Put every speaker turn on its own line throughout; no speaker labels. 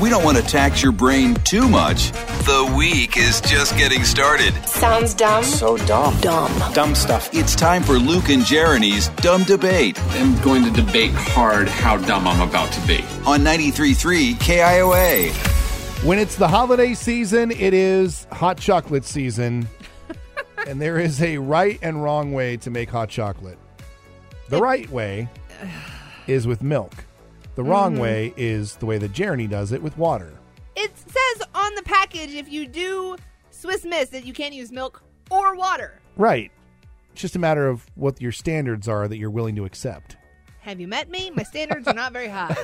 We don't want to tax your brain too much. The week is just getting started.
Sounds dumb.
So dumb.
Dumb.
Dumb stuff.
It's time for Luke and Jeremy's Dumb Debate
I'm going to debate hard how dumb I'm about to be.
on 93.3 KIOA.
When it's the holiday season, it is hot chocolate season. and there is a right and wrong way to make hot chocolate. The right way is with milk. The wrong way is the way that Jeremy does it with water.
It says on the package if you do Swiss Miss that you can't use milk or water.
Right. It's just a matter of what your standards are that you're willing to accept.
Have you met me? My standards are not very high.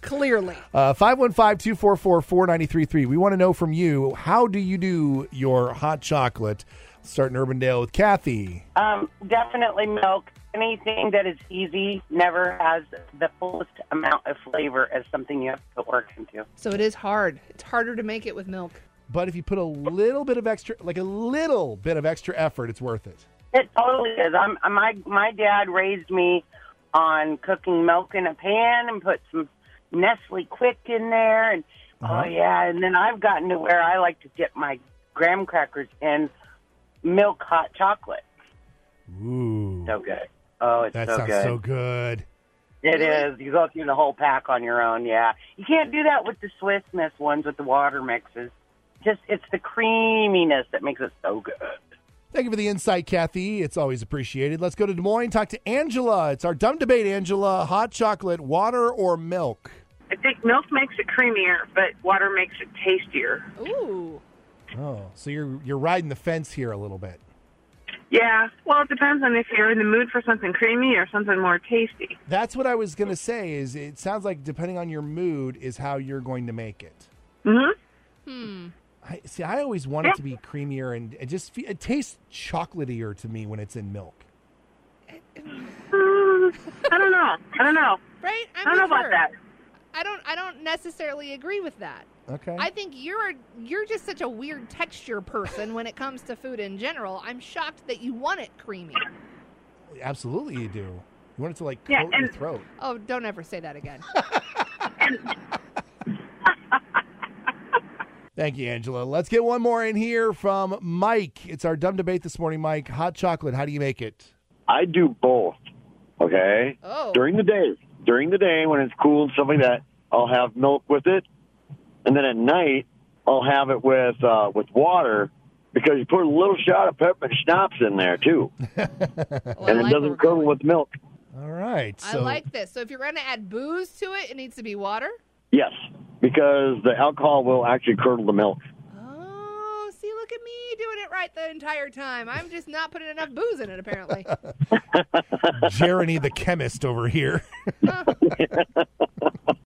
Clearly.
Uh, 515 244 4933. We want to know from you how do you do your hot chocolate? Start in Urbandale with Kathy.
Um, definitely milk. Anything that is easy never has the fullest amount of flavor as something you have to work into.
So it is hard. It's harder to make it with milk.
but if you put a little bit of extra like a little bit of extra effort it's worth it
It totally is. I'm, my my dad raised me on cooking milk in a pan and put some Nestle Quick in there, and
Uh-huh.
oh yeah. And then I've gotten to where I like to dip my graham crackers in milk hot chocolate.
ooh
So good. Oh, it's
that
so
sounds
good.
so good
It is. You go through the whole pack on your own. Yeah, you can't do that with the Swiss Miss ones with the water mixes. Just it's the creaminess that makes it so good.
thank you for the insight kathy it's always appreciated let's go to des moines talk to angela it's our dumb debate angela hot chocolate water or milk
I think milk makes it creamier, but water makes it tastier.
Ooh.
oh so you're you're riding the fence here a little bit
Yeah, well, it depends on if you're in the mood for something creamy or something more tasty.
that's what i was gonna say is it sounds like depending on your mood is how you're going to make it
Mhm.
Hmm.
I, see i always want it to be creamier and it just fe- it tastes chocolatier to me when it's in milk
Mm, I don't know. I don't know.
Right? I'm
I don't know
with
about
her.
that.
I don't I don't necessarily agree with that.
okay
I think you're you're just such a weird texture person when it comes to food in general. I'm shocked that you want it creamy.
Absolutely, you do. You want it to like
Yeah,
coat your
and-
throat.
Oh, don't ever say that again.
Thank you, Angela. Let's get one more in here from Mike. It's our dumb debate this morning, Mike. Hot chocolate. How do you make it?
I do both. Okay.
Oh.
During the day, during the day when it's cool and stuff like that, I'll have milk with it, and then at night I'll have it with uh, with water because you put a little shot of peppermint schnapps in there too,
Well, I
and it
like where we're
doesn't come
going.
with milk.
All right.
I
so-
like this. So if you're going to add booze to it, it needs to be water.
Yes, because the alcohol will actually curdle the milk.
Oh, see, look at me doing it right the entire time. I'm just not putting enough booze in it, apparently.
Jeremy the chemist over here.